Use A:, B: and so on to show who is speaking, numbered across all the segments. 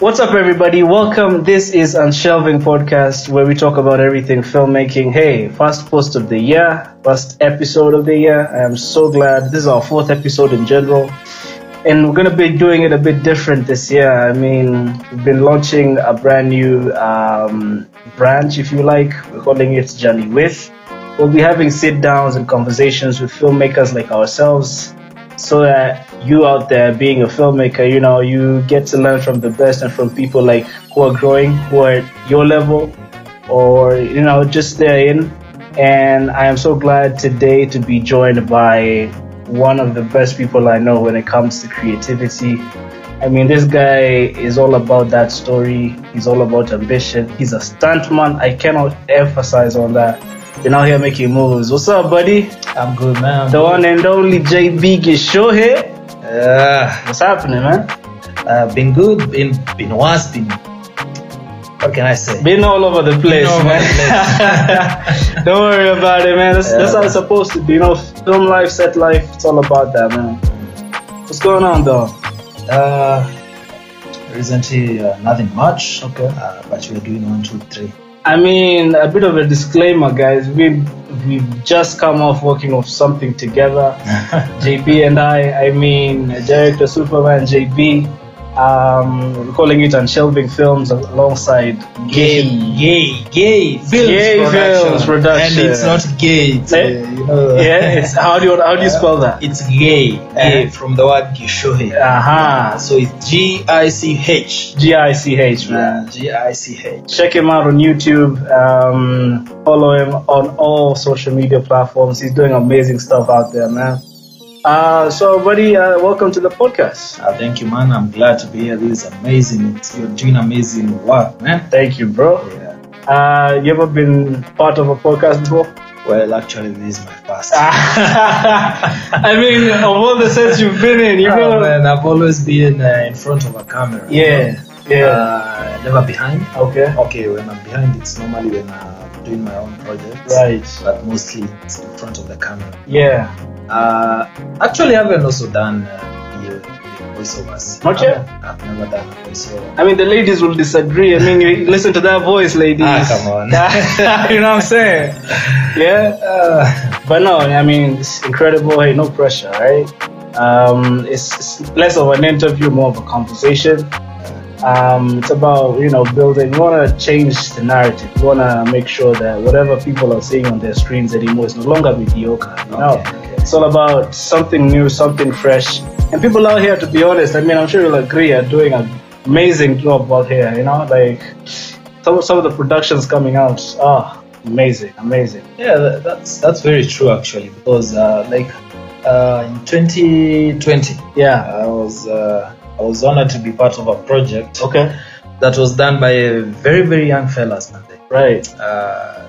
A: What's up, everybody? Welcome. This is Unshelving Podcast, where we talk about everything filmmaking. Hey, first post of the year, first episode of the year. I am so glad. This is our fourth episode in general. And we're going to be doing it a bit different this year. I mean, we've been launching a brand new um, branch, if you like. We're calling it Journey With. We'll be having sit downs and conversations with filmmakers like ourselves so that you out there being a filmmaker, you know, you get to learn from the best and from people like who are growing, who are at your level, or you know, just therein. And I am so glad today to be joined by one of the best people I know when it comes to creativity. I mean, this guy is all about that story. He's all about ambition. He's a stuntman. I cannot emphasize on that. You're out here making moves. What's up, buddy?
B: I'm good, man.
A: The one and only JB Gisho here.
B: Uh,
A: What's happening, man?
B: uh, been good, been been worse, been. What can I say?
A: Been all over the place,
B: all over
A: man.
B: the
A: Don't worry about it, man. That's, that's
B: Yeah.
A: how it's supposed to be. You know, film life, set life, it's all about that, man. What's going on, though?
B: Uh, recently, uh, nothing much.
A: Okay.
B: Uh, but we're doing one, two, three.
A: I mean, a bit of a disclaimer, guys. We we've just come off working on something together. JB and I, I mean, director Superman JB. Um, we're calling it Unshelving Films alongside Game.
B: gay, gay films
A: Gay
B: production.
A: films production.
B: And it's not gay. It's,
A: Eh?
B: uh, you know.
A: Yeah, it's, how do you how do you spell that?
B: It's gay. Gay
A: Eh.
B: from the word gishohe.
A: Aha,
B: So it's G I C H.
A: Uh-huh. G I C H, man.
B: Yeah, G I C H.
A: check him out on YouTube. Um, follow him on all social media platforms. He's doing amazing stuff out there, man. Uh, so, buddy, uh, welcome to the podcast.
B: Uh, thank you, man. I'm glad to be here. This is amazing. It's- You're doing amazing work, man.
A: Thank you, bro.
B: Yeah.
A: Uh, you ever been part of a podcast before?
B: Well, actually, this is my first.
A: Ah, I mean, of all the sets you've been in, you
B: Oh,
A: know.
B: man, I've always been uh, in front of a camera. you
A: Yeah,
B: know.
A: yeah.
B: Uh, never behind.
A: okay.
B: Okay, when I'm behind, it's normally when I'm doing my own projects.
A: Right.
B: But mostly it's in front of the camera.
A: Yeah.
B: Uh, actually, I haven't also done uh, the, the voiceovers.
A: Not yet?
B: I've never done a voiceover.
A: I mean, the ladies will disagree. I mean, you listen to that voice, ladies.
B: Ah, come on.
A: you know what I'm saying? Yeah.
B: Uh,
A: But no, I mean, it's incredible. Hey, no pressure, right? Um, it's, it's less of an interview, more of a conversation. Um, it's about, you know, building. We want to change the narrative. We want to make sure that whatever people are seeing on their screens anymore is no longer mediocre. You know,
B: Okay, okay.
A: it's all about something new, something fresh. And people out here, to be honest, I mean, I'm sure you'll agree, are doing an amazing job out here. You know, like some, some of the productions coming out, ah, amazing, amazing.
B: Yeah, tha- that's that's very true actually because uh, like uh, in 2020,
A: Yeah.
B: I was uh, I was honored to be part of a project
A: Uh, Okay.
B: that was done by a very very young fellas. man. They,
A: Right.
B: Uh,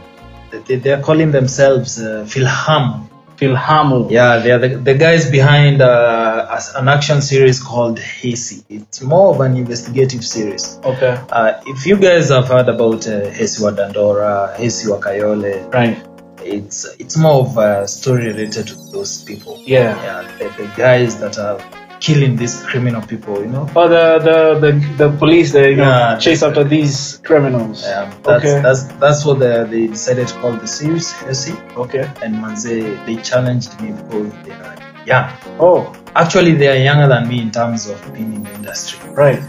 B: they, they are calling themselves uh, Philham.
A: Filhamu.
B: Yeah, they are the, the guys behind uh, as- an action series called Hasty. It's more of an investigative series.
A: Okay.
B: Uh, if you guys have heard about uh, Hasty wa Dandora, Hasty wa Kayole,
A: Right.
B: it's it's more of a story related to those people.
A: Yeah.
B: yeah the, the guys that are killing these criminal people, you know. Um,
A: Oh, the the the, the police they you know,
B: Yeah.
A: chase after these criminals.
B: Um, that's,
A: okay.
B: that's that's what they, they decided to call the series Heresy.
A: okay.
B: And Manze, they challenged me because they are young.
A: Oh,
B: Actually, they are younger than me in terms of being in the industry,
A: right.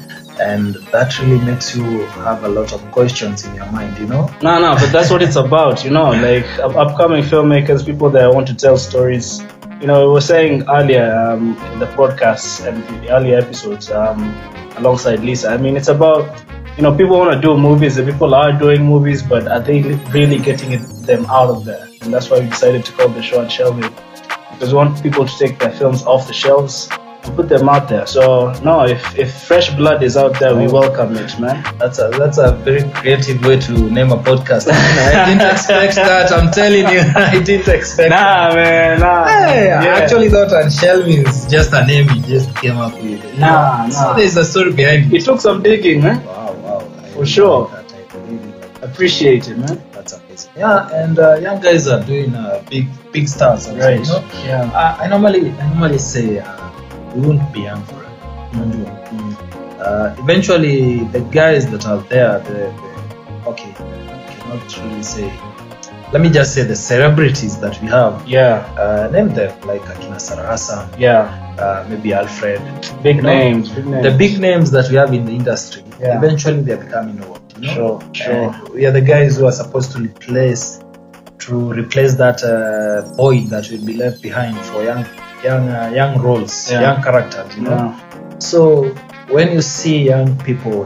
B: and that really makes you have a lot of questions in your mind, you know.
A: No, no, but that's what it's about, you know. Like up- upcoming filmmakers, people that want to tell stories. You know, we were saying earlier um, in the podcast and the earlier episodes um, alongside Lisa. I mean, it's about you know people want to do movies. The people are doing movies, but are they really getting it, them out of there? And that's why we decided to call the show Unshelving. because we want people to take their films off the shelves and put them out there. So no, if if fresh blood is out there, we
B: Oh.
A: welcome it, man.
B: That's a that's a very creative way to name a podcast. I didn't expect that. I'm telling you, I didn't expect. that.
A: Nah, man, nah.
B: Hey,
A: Yeah.
B: I actually thought Anshelvin is just a name he just came up with. You
A: Nah,
B: know,
A: nah.
B: So there's a story behind it.
A: it took some digging, man.
B: Wow, wow. I
A: For sure.
B: like That, I really like that.
A: Appreciate it, man.
B: That's amazing. Yeah, and uh, young guys are doing uh, big big stars. Also,
A: Right.
B: You know?
A: Yeah.
B: uh, I, I normally I normally say uh, we won't be young forever.
A: Mm.
B: Uh, Uh, eventually, the guys that are there, the, the okay, I cannot really say. Let me just say the celebrities that we have.
A: Yeah,
B: Uh, name them like Akina Sarahasa,
A: yeah.
B: uh, maybe Alfred.
A: Big
B: You know,
A: names, big names.
B: The big names that we have in the industry.
A: Yeah.
B: Eventually, they're becoming old. You know?
A: Sure, sure.
B: And we are the guys who are supposed to replace to replace that uh, void that will be left behind for young young uh, young roles,
A: Yeah.
B: young characters. You know.
A: Yeah.
B: So when you see young people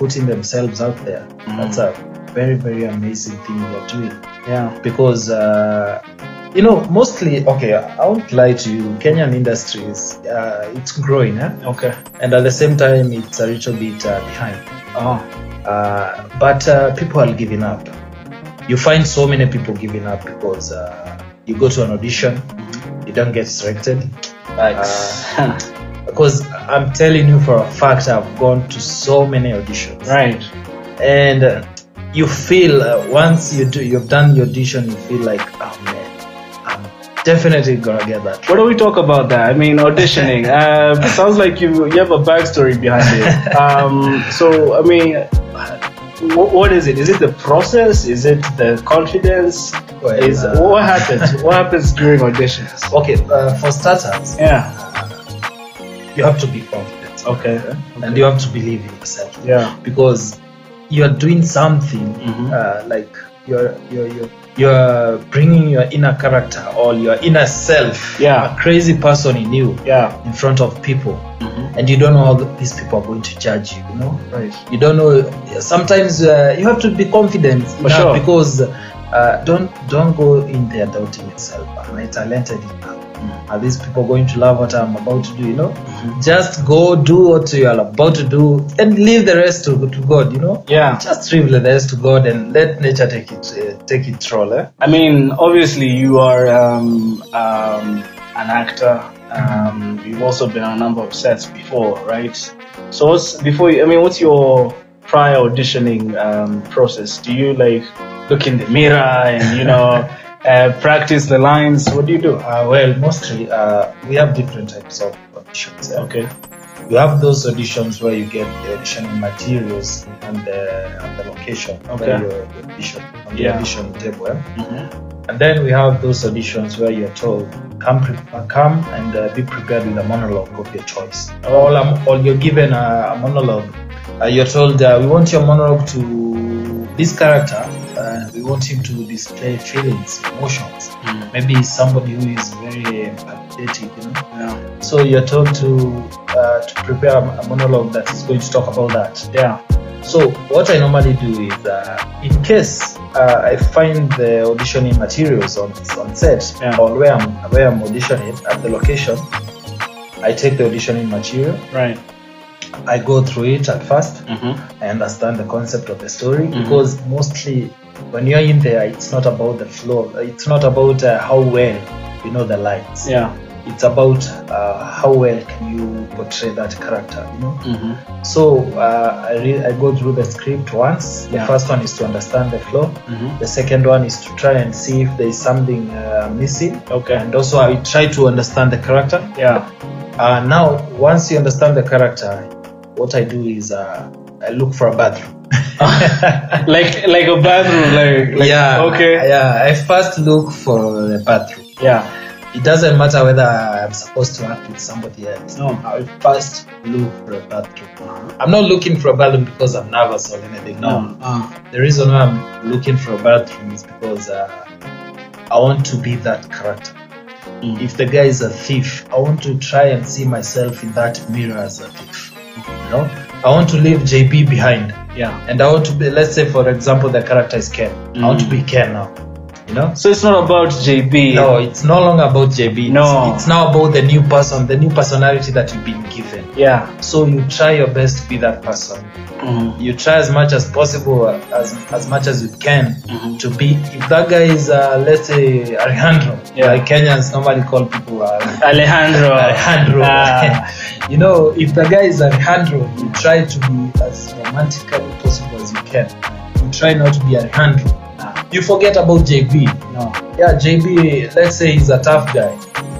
B: putting themselves out there, that's a very very amazing thing you're doing
A: yeah,
B: because. Uh, you know, mostly okay. I won't lie to you. Kenyan industry is uh, it's growing, eh?
A: okay.
B: and at the same time, it's a little bit uh, behind
A: Oh,
B: uh, but uh, people are giving up. You find so many people giving up because uh, you go to an audition, you don't get selected.
A: right.
B: Because I'm telling you for a fact, I've gone to so many auditions,
A: right.
B: and uh, you feel uh, once you do, you've done the audition, you feel like, oh man, I'm definitely gonna get that.
A: What do we talk about that? I mean, auditioning. uh, sounds like you you have a backstory behind it. Um, so, I mean, wh- what is it? Is it the process? Is it the confidence?
B: Well,
A: is
B: uh,
A: what happens? what happens during auditions?
B: Okay, uh, for starters,
A: Yeah.
B: you have to be confident,
A: Okay.
B: and you have to believe in yourself.
A: Yeah.
B: because you're doing something
A: Mhm.
B: uh, like you're you're you're you're bringing your inner character or your inner self,
A: Yeah.
B: a crazy person in you,
A: Yeah.
B: in front of people,
A: Mhm.
B: and you don't know how the, these people are going to judge you. You know,
A: Right.
B: you don't know. Sometimes uh, you have to be confident
A: For sure.
B: because uh, don't don't go in there doubting yourself. Am I talented enough?
A: Mm.
B: Are these people going to love what I'm about to do? You know,
A: Mm-hmm.
B: just go do what you are about to do and leave the rest to, to God. You know,
A: Yeah.
B: just leave the rest to God and let nature take it uh, take its role. Eh?
A: I mean, obviously, you are um, um, an actor. Um, you've also been on a number of sets before, right? So, what's before you? I mean, what's your prior auditioning um, process? Do you like look in the mirror and you know uh, practice the lines? What do you do?
B: Uh, well, mostly uh, we have different types of auditions. eh?
A: Okay.
B: You have those auditions where you get the auditioning materials on the, on the location
A: Okay.
B: where you audition on the
A: Yeah.
B: audition table. eh?
A: Mm-hmm.
B: And then we have those auditions where you're told come pre- uh, come and uh, be prepared with a monologue of your choice. Or, um, or you're given a, a monologue. Uh, you're told uh, we want your monologue to this character. Uh, we want him to display feelings, emotions.
A: Mm.
B: Maybe he's somebody who is very empathetic, you know.
A: Yeah.
B: So you're told to uh, to prepare a monologue that is going to talk about that.
A: Yeah.
B: So what I normally do is, uh, in case uh, I find the auditioning materials on on set
A: Yeah.
B: or where I'm where I'm auditioning at the location, I take the auditioning material.
A: Right.
B: I go through it at first.
A: Mm-hmm.
B: I understand the concept of the story
A: Mhm.
B: because mostly when you're in there, it's not about the flow. It's not about uh, how well you know the lines
A: Yeah.
B: it's about uh, how well can you portray that character you know
A: Mm-hmm.
B: so uh, I, re- I go through the script once the
A: Yeah.
B: first one is to understand the flow
A: Mm-hmm.
B: the second one is to try and see if there is something uh, missing
A: Okay.
B: and also i try to understand the character
A: Yeah.
B: uh, now once you understand the character what i do is uh, i look for a bathroom
A: Like like a bathroom. Like, like Okay.
B: yeah i first look for a bathroom
A: Yeah.
B: It doesn't matter whether I'm supposed to act with somebody else.
A: No.
B: I'll first look for a bathroom. I'm not looking for a bathroom because I'm nervous or anything. No.
A: Uh,
B: The reason why I'm looking for a bathroom is because uh, I want to be that character.
A: Mm.
B: If the guy is a thief, I want to try and see myself in that mirror as a thief. You know, I want to leave JB behind,
A: yeah.
B: and I want to be. Let's say, for example, the character is Ken. I want to be
A: Mm.
B: Ken now. You know,
A: So it's not about JB.
B: no, it's no longer about JB. It's-
A: No.
B: It's, now about the new person, the new personality that you've been given.
A: Yeah.
B: So you try your best to be that person.
A: Mm-hmm.
B: You try as much as possible, uh, as, as much as you can
A: Mhm.
B: to be. If that guy is, uh, let's say, Alejandro,
A: Yeah.
B: like Kenyans normally call people uh,
A: Alejandro.
B: Alejandro.
A: Ah.
B: you know, if the guy is Alejandro, you try to be as romantic as possible as you can. You try not to be Alejandro.
A: Ah.
B: You forget about JB.
A: no.
B: Yeah, JB, let's say he's a tough guy.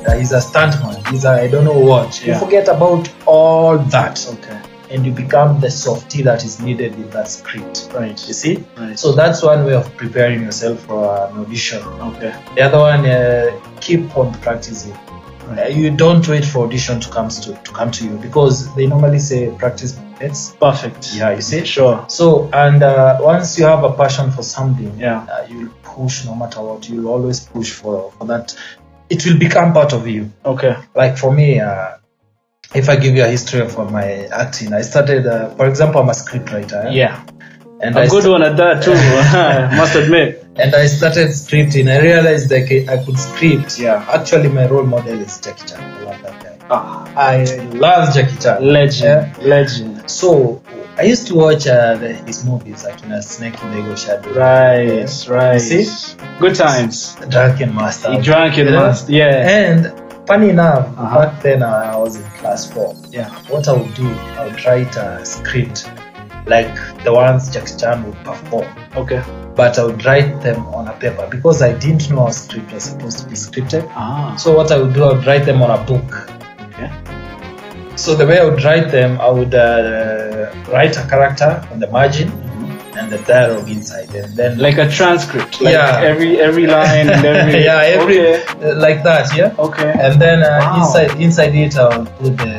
B: Uh, he's a stuntman. He's a I don't know what.
A: Yeah.
B: You forget about all that
A: Okay.
B: and you become the softy that is needed in that script. You
A: Right.
B: see?
A: Right.
B: So that's one way of preparing yourself for an audition.
A: okay.
B: The other one, uh, keep on practicing.
A: Right.
B: Uh, you don't wait for audition to comes to, to come to you because they normally say practice makes.
A: Perfect.
B: Yeah, you see.
A: Sure.
B: So and uh, once you have a passion for something,
A: Yeah.
B: uh, you'll push no matter what. You'll always push for for that. It will become part of you.
A: Okay.
B: Like for me, uh, if I give you a history of uh, my acting, I started. Uh, for example, I'm a scriptwriter. eh?
A: Yeah.
B: and I
A: A good
B: sta-
A: one at that too. Must admit.
B: and I started scripting. I realized that I could script.
A: Yeah.
B: Actually, my role model is Jackie Chan. I love that guy.
A: Ah,
B: I love Jackie Chan.
A: legend. Legend.
B: So I used to watch uh, the, his movies like you know, Snake in the Eagle Shadow,
A: Right. Right.
B: You
A: Good times.
B: Drunken Master.
A: He drank it
B: Uh, Yeah.
A: last. Yeah.
B: And funny enough,
A: Uh-huh.
B: back then I was in class four.
A: Yeah.
B: What I would do, I would write a script like the ones Jackie Chan would perform,
A: Okay.
B: but I would write them on a paper because I didn't know a script was supposed to be scripted.
A: Ah.
B: So what I would do, I would write them on a book.
A: Okay.
B: So the way I would write them, I would uh, write a character on the margin
A: Mm-hmm.
B: and the dialogue inside, and then
A: Like a transcript. Like
B: Yeah.
A: Every every line and every.
B: yeah, every
A: Okay.
B: uh, like that, yeah.
A: Okay.
B: And then uh,
A: Wow.
B: inside inside it, I'll put the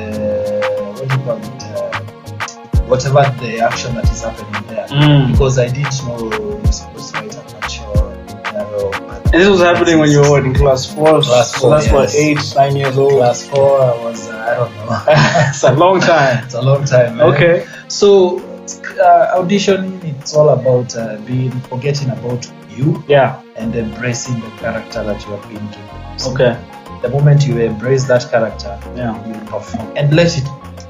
B: what do you call it? Uh, whatever the action that is happening there,
A: Mm.
B: because I didn't know you're supposed to write a mature narrow.
A: And this was happening when you were what, in class four.
B: Class
A: so
B: four,
A: that's what
B: yes.
A: eight, nine years old.
B: Class four, I was uh, I don't know.
A: it's a long time.
B: it's a long time. man.
A: Okay.
B: So uh, auditioning, it's all about uh, being forgetting about you
A: Yeah.
B: and embracing the character that you have been given. So
A: Okay.
B: The moment you embrace that character,
A: Yeah.
B: you perform and let it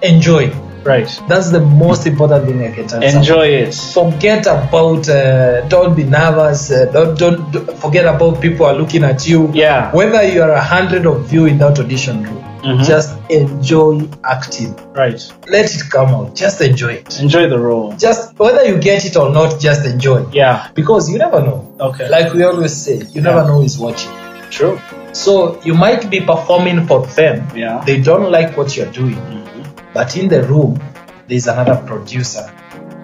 B: enjoy.
A: Right.
B: That's the most important thing I can tell. someone.
A: Enjoy it.
B: Forget about. Uh, don't be nervous. Uh, don't, don't don't- forget about people are looking at you.
A: Yeah.
B: Whether you are a hundred of you in that audition room,
A: Mhm.
B: just enjoy acting.
A: Right.
B: Let it come out. Just enjoy it.
A: Enjoy the role.
B: Just whether you get it or not, just enjoy.
A: Yeah.
B: Because you never know.
A: Okay.
B: Like we always say, you never
A: Yeah.
B: know who's watching.
A: true.
B: So you might be performing for them.
A: Yeah.
B: They don't like what you're doing.
A: Mm-hmm.
B: But in the room, there's another producer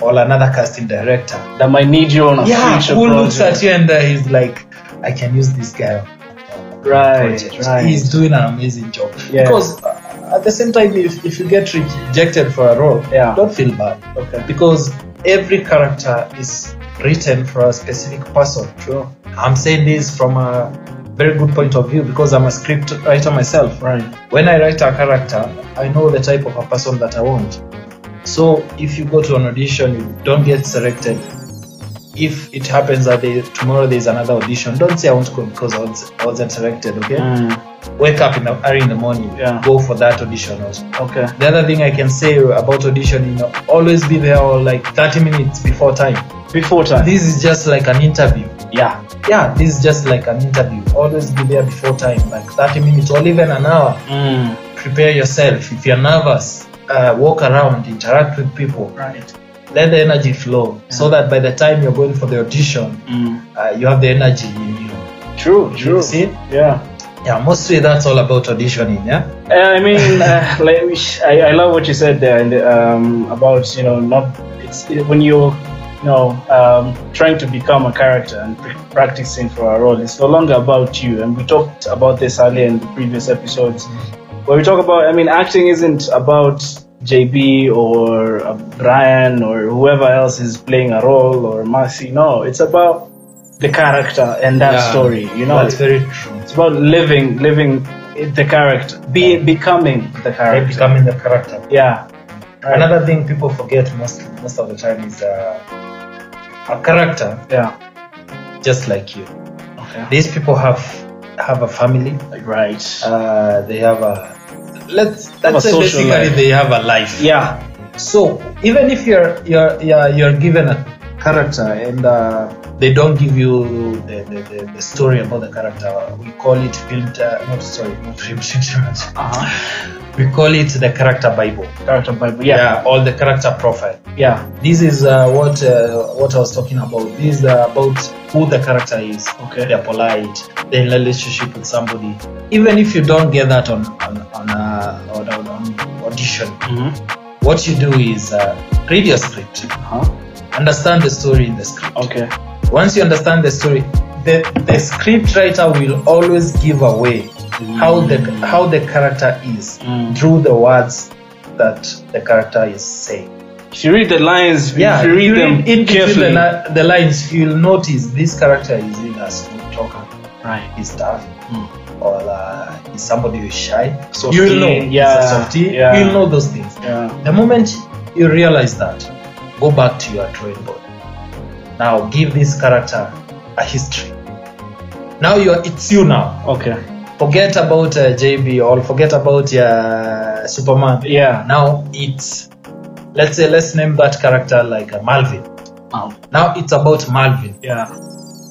B: or another casting director.
A: That might need you on a
B: Yeah,
A: future
B: who looks
A: project.
B: at you and uh, is like, I can use this guy. on the
A: Right, right.
B: He's doing an amazing job.
A: Yeah.
B: Because uh, at the same time, if, if you get rejected for a role,
A: Yeah.
B: don't feel bad.
A: Okay.
B: Because every character is written for a specific person.
A: True.
B: I'm saying this from a very good point of view because I'm a script writer myself.
A: Right.
B: When I write a character, I know the type of a person that I want. So if you go to an audition, you don't get selected. If it happens that they, tomorrow there's another audition, don't say I won't go because I was- I wasn't selected, okay?
A: Mm.
B: Wake up in the early in the morning,
A: Yeah.
B: go for that audition also.
A: Okay.
B: The other thing I can say about auditioning, always be there like 30 minutes before time.
A: Before time.
B: This is just like an interview
A: yeah.
B: yeah, this is just like an interview. Always be there before time, like 30 minutes or even an hour.
A: Mm.
B: Prepare yourself. If you're nervous, uh, walk around, interact with people,
A: Right.
B: let the energy flow so that by the time you're going for the audition,
A: Mm.
B: uh, you have the energy in you.
A: True. True.
B: You see?
A: Yeah.
B: Yeah, mostly that's all about auditioning, yeah?
A: Uh, I mean, uh, like, we sh- I, I love what you said there and, um, about you know not it's it, when you're you know um, trying to become a character and pr- practicing for a role. It's no longer about you, and we talked about this earlier in the previous episodes where we talk about. I mean, acting isn't about JB or uh, Brian or whoever else is playing a role or Marcy. No, it's about the character and that
B: Yeah,
A: story. You know,
B: That's very true.
A: it's about living, living the character, be becoming the
B: Right,
A: character.
B: becoming the character.
A: Yeah. Right.
B: Another thing people forget most most of the time is uh, a character
A: Yeah.
B: just like you.
A: Okay.
B: These people have have a family,
A: Right.
B: uh, they have a let's
A: Have a
B: let's say
A: social
B: basically
A: life.
B: they have a life.
A: yeah.
B: So even if you're you're you're, you're given a character and uh, they don't give you the, the, the, the story about the character, we call it filmed uh, not sorry not filmed instruments.
A: Uh-huh.
B: We call it the character bible.
A: Character Bible. Yeah.
B: or the character profile.
A: Yeah.
B: This is uh, what uh, what I was talking about. This is uh, about who the character is.
A: Okay.
B: They're polite. They're in a relationship with somebody. Even if you don't get that on on on, uh, on, on, on audition,
A: Mm-hmm.
B: what you do is uh, read your script,
A: Huh?
B: understand the story in the script.
A: Uh-huh. Okay.
B: Once you understand the story, the, the script writer will always give away how the how the character is
A: Mm.
B: through the words that the character is saying.
A: If you read the lines,
B: Yeah,
A: if you read
B: you
A: them
B: read in between
A: carefully.
B: the, li- the lines, you'll notice this character is either a smooth talker,
A: right.
B: he's tough,
A: Mm.
B: or uh, is somebody who's shy.
A: Softy,
B: you know,
A: yeah,
B: he's a softy.
A: yeah.
B: You know those things.
A: Yeah.
B: The moment you realize that, go back to your drawing board. Now give this character a history. Now you're it's you now.
A: Okay.
B: Forget about uh, JB or forget about uh, Superman.
A: Yeah.
B: Now it's let's say let's name that character like uh, Malvin. Now it's about Malvin.
A: Yeah.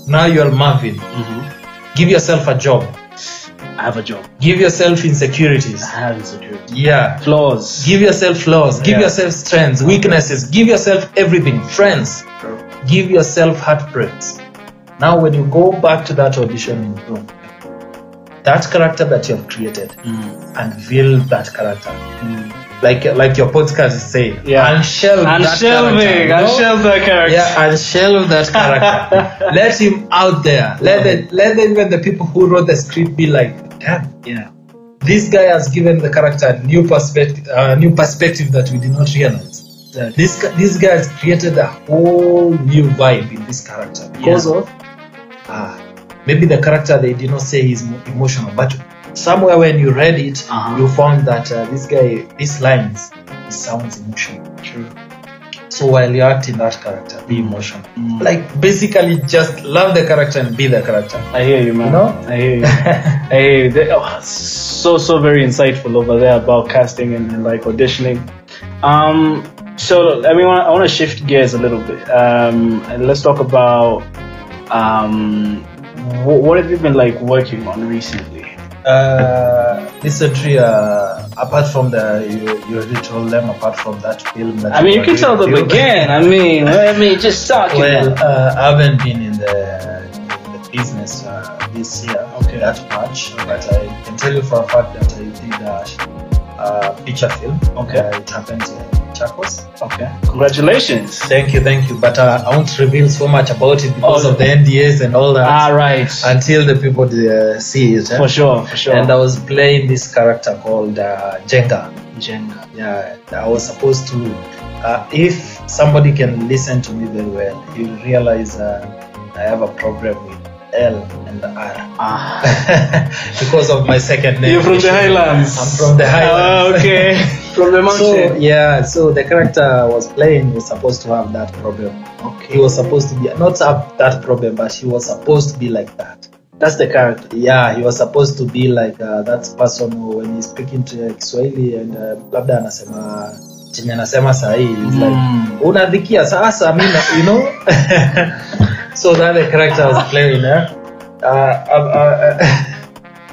B: Now you're Marvin.
A: Mm-hmm.
B: Give yourself a job.
A: I have a job.
B: Give yourself insecurities.
A: I have insecurity.
B: Yeah.
A: Flaws.
B: Give yourself flaws, give
A: Yeah.
B: yourself strengths, weaknesses, give yourself everything, friends, give yourself heartbreaks. Now, when you go back to that audition room, that character that you have created,
A: Mm.
B: unveil that character.
A: Mm.
B: Like like your podcast is saying,
A: Yeah.
B: unshelve
A: And
B: that character.
A: shelving.
B: you know?
A: And shelve that character.
B: Oh, Yeah, unshelve that character. let him out there. Let the, let the, even the people who wrote the script be like, damn,
A: Yeah.
B: this guy has given the character a new perspective, a new perspective that we did not realize. That This gu- this guy has created a whole new vibe in this character because
A: Yeah.
B: of ah, maybe the character they did not say he's mo- emotional, but somewhere when you read it,
A: Uh-huh.
B: you found that uh, this guy these lines he sounds emotional.
A: True.
B: So while you're acting that character, be emotional.
A: Mm.
B: Like basically, just love the character and be the character.
A: I hear you, man.
B: You know?
A: I hear you. I hear you. They- oh, so so very insightful over there about casting and, and, like auditioning. Um, so I mean, I want to shift gears a little bit. Um, and let's talk about um, wh- what have you been like working on recently?
B: Uh, recently, uh, apart from the you, you already told them apart from that film. That
A: I mean, you can
B: already
A: tell them
B: reviewed.
A: again. I mean, I mean, just talk.
B: Well, uh, I haven't been in the, in the business uh, this year
A: Okay.
B: that much, but I can tell you for a fact that I did a, uh feature film.
A: Okay.
B: Uh, it happened in Chacos.
A: okay. Congratulations.
B: Thank you, thank you. But uh, I won't reveal so much about it because
A: Oh.
B: of the NDAs and all that
A: All Ah, right.
B: until the people uh, see it. eh?
A: for sure. For sure.
B: And I was playing this character called uh, Jenga.
A: Jenga.
B: Yeah, I was supposed to. Uh, if somebody can listen to me very well, he'll realize uh, I have a problem with L and R
A: Ah.
B: because of my second name.
A: You're from the Highlands.
B: I'm from the Highlands.
A: Ah, okay. from the
B: So
A: mountain.
B: yeah, so the character I was playing was supposed to have that problem.
A: okay.
B: He was supposed to be not have that problem, but he was supposed to be like that.
A: That's the character.
B: yeah he was supposed to be like uh, that person who, when he's speaking to kiswahili and uh, labda anasema chenye anasema sahii is like
A: Mm.
B: unadhikia sasa mi na- you know so that the character I was playing eh? uh, uh, uh,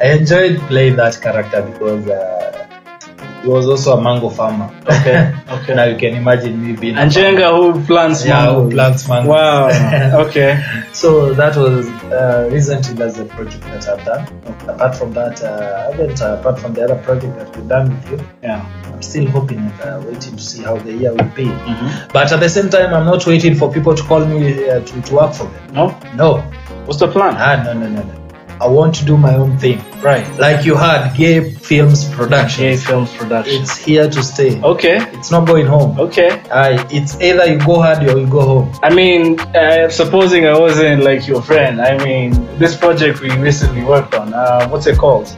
B: I enjoyed playing that character because uh, he was also a mango farmer.
A: Okay, okay.
B: now you can imagine me being. a
A: And
B: farmer.
A: Jenga who plants
B: Yeah, who
A: mangoes.
B: plants mangoes.
A: Wow. okay.
B: So that was uh, recently. That's the project that I've done. Apart from that, uh, I haven't. Uh, apart from the other project that we've done with you,
A: Yeah.
B: I'm still hoping and uh, waiting to see how the year will be. But at the same time, I'm not waiting for people to call me uh, to, to work for them.
A: No.
B: No,
A: What's the plan?
B: ah, no, no, no, no. I want to do my own thing.
A: Right.
B: Like you had Gay Films
A: J
B: Productions.
A: Films Production.
B: It's here to stay.
A: Okay.
B: It's not going home.
A: Okay.
B: Aye, it's either you go hard or you go home.
A: I mean, uh, supposing I wasn't like your friend, I mean, this project we recently worked on, uh, what's it called?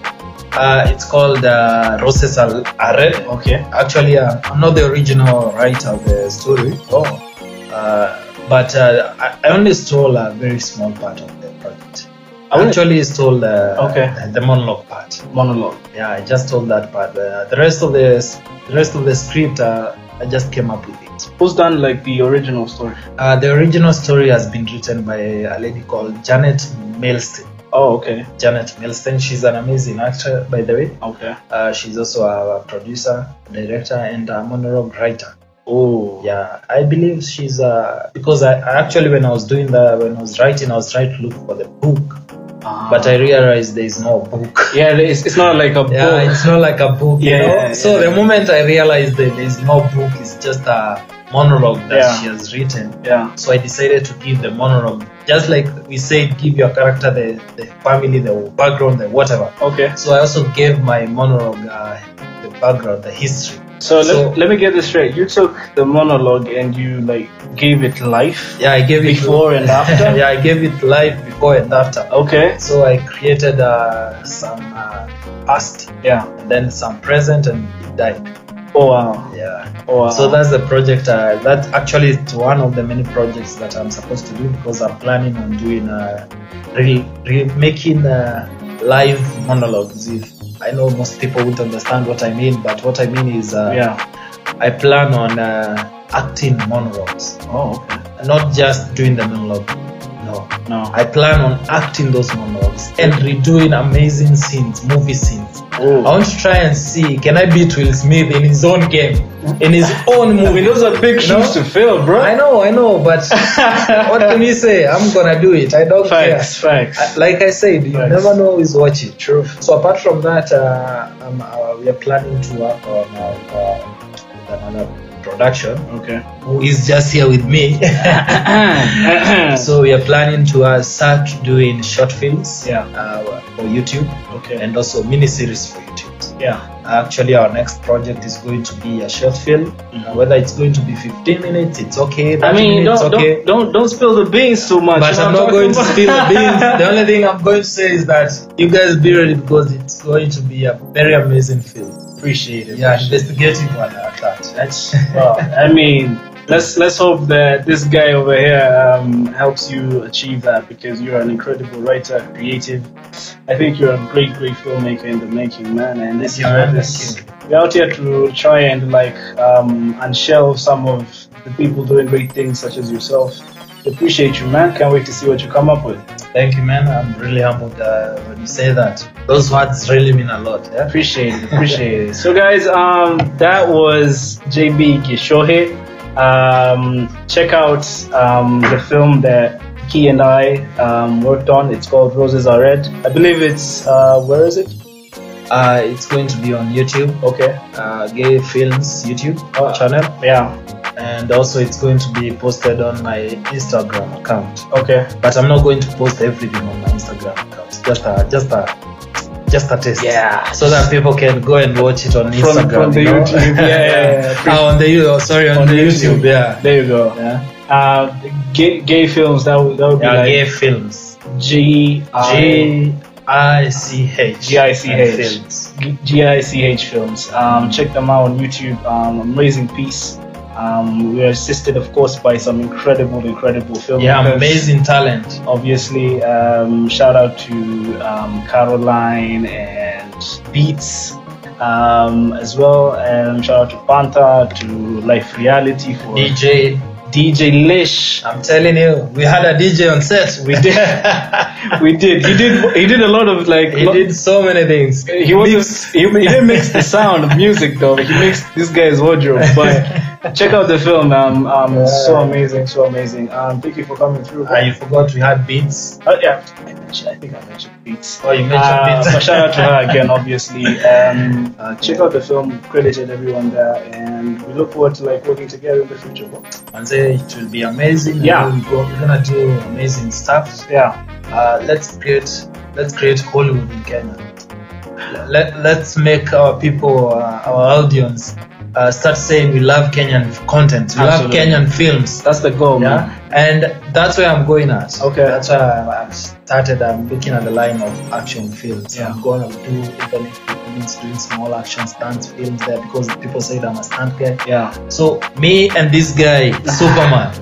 B: Uh, it's called uh, Roses Are Are Red.
A: Okay.
B: actually uh, i'm not the original writer of the story
A: Oh.
B: uh, but uh, I- i only stole a very small part of the
A: I
B: project i
A: will-
B: actually stole uh,
A: Okay.
B: the monologue part
A: Monologue.
B: yeah i just stole that part uh, the rest of the s- the rest of the script uh, i just came up with it
A: Who's done like the original story?
B: uh, the original story has been written by a lady called janet milstein
A: Oh, okay.
B: janet milstein she's an amazing actor by the way
A: Okay.
B: uh, she's also a producer director and a monologue writer
A: Oh.
B: yeah i believe she's uh because I, I actually when i was doing the when i was writing i was trying to look for the book but I realized there is no book.
A: Ah. Yeah, it's, it's not like a book.
B: Yeah, it's not like a book, you
A: Yeah,
B: know.
A: yeah,
B: so
A: yeah.
B: the moment I realized that there's no book, it's just a monologue that
A: Yeah.
B: she has written.
A: yeah.
B: So I decided to give the monologue, just like we said, give your character the, the family, the background, the whatever.
A: Okay.
B: So I also gave my monologue uh, the background, the history.
A: So,
B: So-
A: let, let me get this straight. You took the monologue and you like gave it life.
B: Yeah, I gave it
A: Before and after?
B: yeah, I gave it life before and after.
A: Okay.
B: So I created uh, some uh, past,
A: Yeah.
B: and then some present, and it died.
A: Oh wow.
B: Yeah.
A: Oh wow.
B: So that's the project. Uh, that actually is one of the many projects that I'm supposed to do because I'm planning on doing uh, re- re- making uh, live monologues. If I know most people won't understand what I mean, but what I mean is uh,
A: yeah.
B: I plan on uh, acting monologues,
A: Oh. Okay.
B: not just doing the monologue. No,
A: No.
B: I plan on acting those monologues and redoing amazing scenes, movie scenes. I
A: Oh.
B: want to try and see can I beat Will Smith in his own game, in his own movie. Those are
A: Big shoes
B: No.
A: to fill, bro.
B: I know, I know, but what can you say? I'm gonna do it. I don't
A: Facts. Facts.
B: care. I- Like I said, you
A: Facts.
B: never know who's watching. True. So apart from that, uh, um, uh, we are planning to work on uh, uh, with another production.
A: okay.
B: Who is just here with me? so we are planning to uh, start doing short films
A: Yeah.
B: uh, for YouTube
A: okay.
B: and also miniseries for YouTube
A: yeah.
B: actually our next project is going to be a short film
A: Mhm.
B: Uh, whether it's going to be 15 minutes it's okay
A: I
B: 30
A: mean,
B: minutes,
A: don't,
B: okay
A: don't don't don't spill the beans too much.
B: but
A: You know
B: i'm
A: what
B: not going to
A: talking
B: spill the
A: about?
B: beans the only thing i'm going to say is that you guys be ready because it's going to be a very amazing film
A: Appreciate it.
B: yeah
A: appreciate it.
B: investigative one at that That's-
A: Well, I mean, let's let's hope that this guy over here um, helps you achieve that because you're an incredible writer, creative. I think you're a great, great filmmaker in the making, man. And this is
B: Yeah,
A: where
B: thank
A: this
B: you.
A: we're out here to try and like um, unshelve some of the people doing great things such as yourself. Appreciate you, man. Can't wait to see what you come up with.
B: thank you man i'm really humbled uh, when you say that those words really mean a lot yeah
A: Appreciate it. Appreciate it. So, guys, um, that was JB Gishohe. Um, check out um, the film that he and I um, worked on. It's called Roses Are Red. I believe it's uh, where is it?
B: uh, it's going to be on youtube
A: Okay.
B: uh, gay films youtube
A: Oh.
B: channel
A: Yeah.
B: and also it's going to be posted on my Instagram account.
A: Okay.
B: But I'm not going to post everything on my Instagram account. Just a just a just a test.
A: Yeah.
B: So that people can go and watch it on Instagram.
A: from the
B: you know?
A: YouTube, yeah, yeah, yeah.
B: Ah, on the you- oh, sorry on,
A: On
B: the
A: the
B: YouTube.
A: YouTube.
B: Yeah.
A: There you go.
B: Yeah.
A: Uh, gay, gay films. That would that would be
B: yeah
A: like
B: gay films.
A: G I
B: G I C H.
A: G I C H.
B: And films.
A: GICH films. Um, check them out on YouTube. Um, amazing piece. Um, we are assisted, of course, by some incredible, incredible filmmakers.
B: Yeah, amazing talent.
A: Obviously, um, shout out to um, Caroline and Beats um, as well. Um, shout out to Panther, to Life Reality for
B: DJ.
A: DJ Lish.
B: I'm telling you, we had a DJ on set. We did.
A: We did. He did. He did a lot of like.
B: he
A: lo-
B: did so many things.
A: he wasn't he, he didn't mix the sound of music though he mixed this guy's wardrobe but check out the film um, um it's so amazing so amazing um thank you for coming through
B: Ah, you forgot we had beats.
A: Uh, yeah I, mentioned, I think I mentioned beats
B: Oh, you mentioned
A: uh,
B: beats.
A: so shout out to her again obviously um uh, check out the film credited everyone there and we look forward to like working together in the future bro.
B: and say it will be amazing. and
A: Yeah.
B: we'll go- we're gonna do amazing stuff.
A: yeah
B: Uh, let's create, let's create Hollywood in Kenya. Let let's make our people, uh, our audience, uh, start saying we love Kenyan content, we
A: Absolutely.
B: love Kenyan films.
A: that's the goal
B: Yeah,
A: man
B: and that's where I'm going at.
A: Okay.
B: that's why I- I've started. I'm looking at the line of action films.
A: Yeah.
B: I'm gonna do even if it means doing small action stunt films there because people said I'm a stunt guy.
A: yeah
B: So me and this guy, Superman,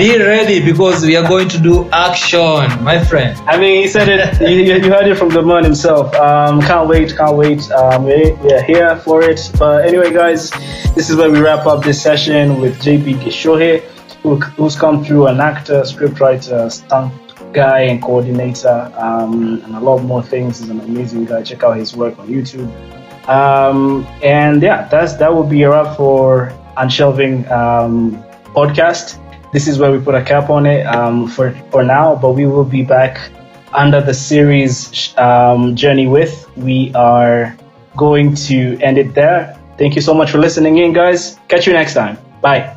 B: be ready because we are going to do action, my friend.
A: I mean, he said it. you, you you heard it from the man himself. Um, can't wait, can't wait. Um, we, we are here for it. But anyway, guys, this is where we wrap up this session with JP Gishohe, who, who's come through an actor, scriptwriter, stunt guy, and coordinator, um, and a lot more things. He's an amazing guy. Check out his work on YouTube. Um, and yeah, that's that will be a wrap for Unshelving um, podcast. This is where we put a cap on it um, for for now, but we will be back under the series um, Journey With. We are going to end it there. Thank you so much for listening in, guys. Catch you next time. Bye.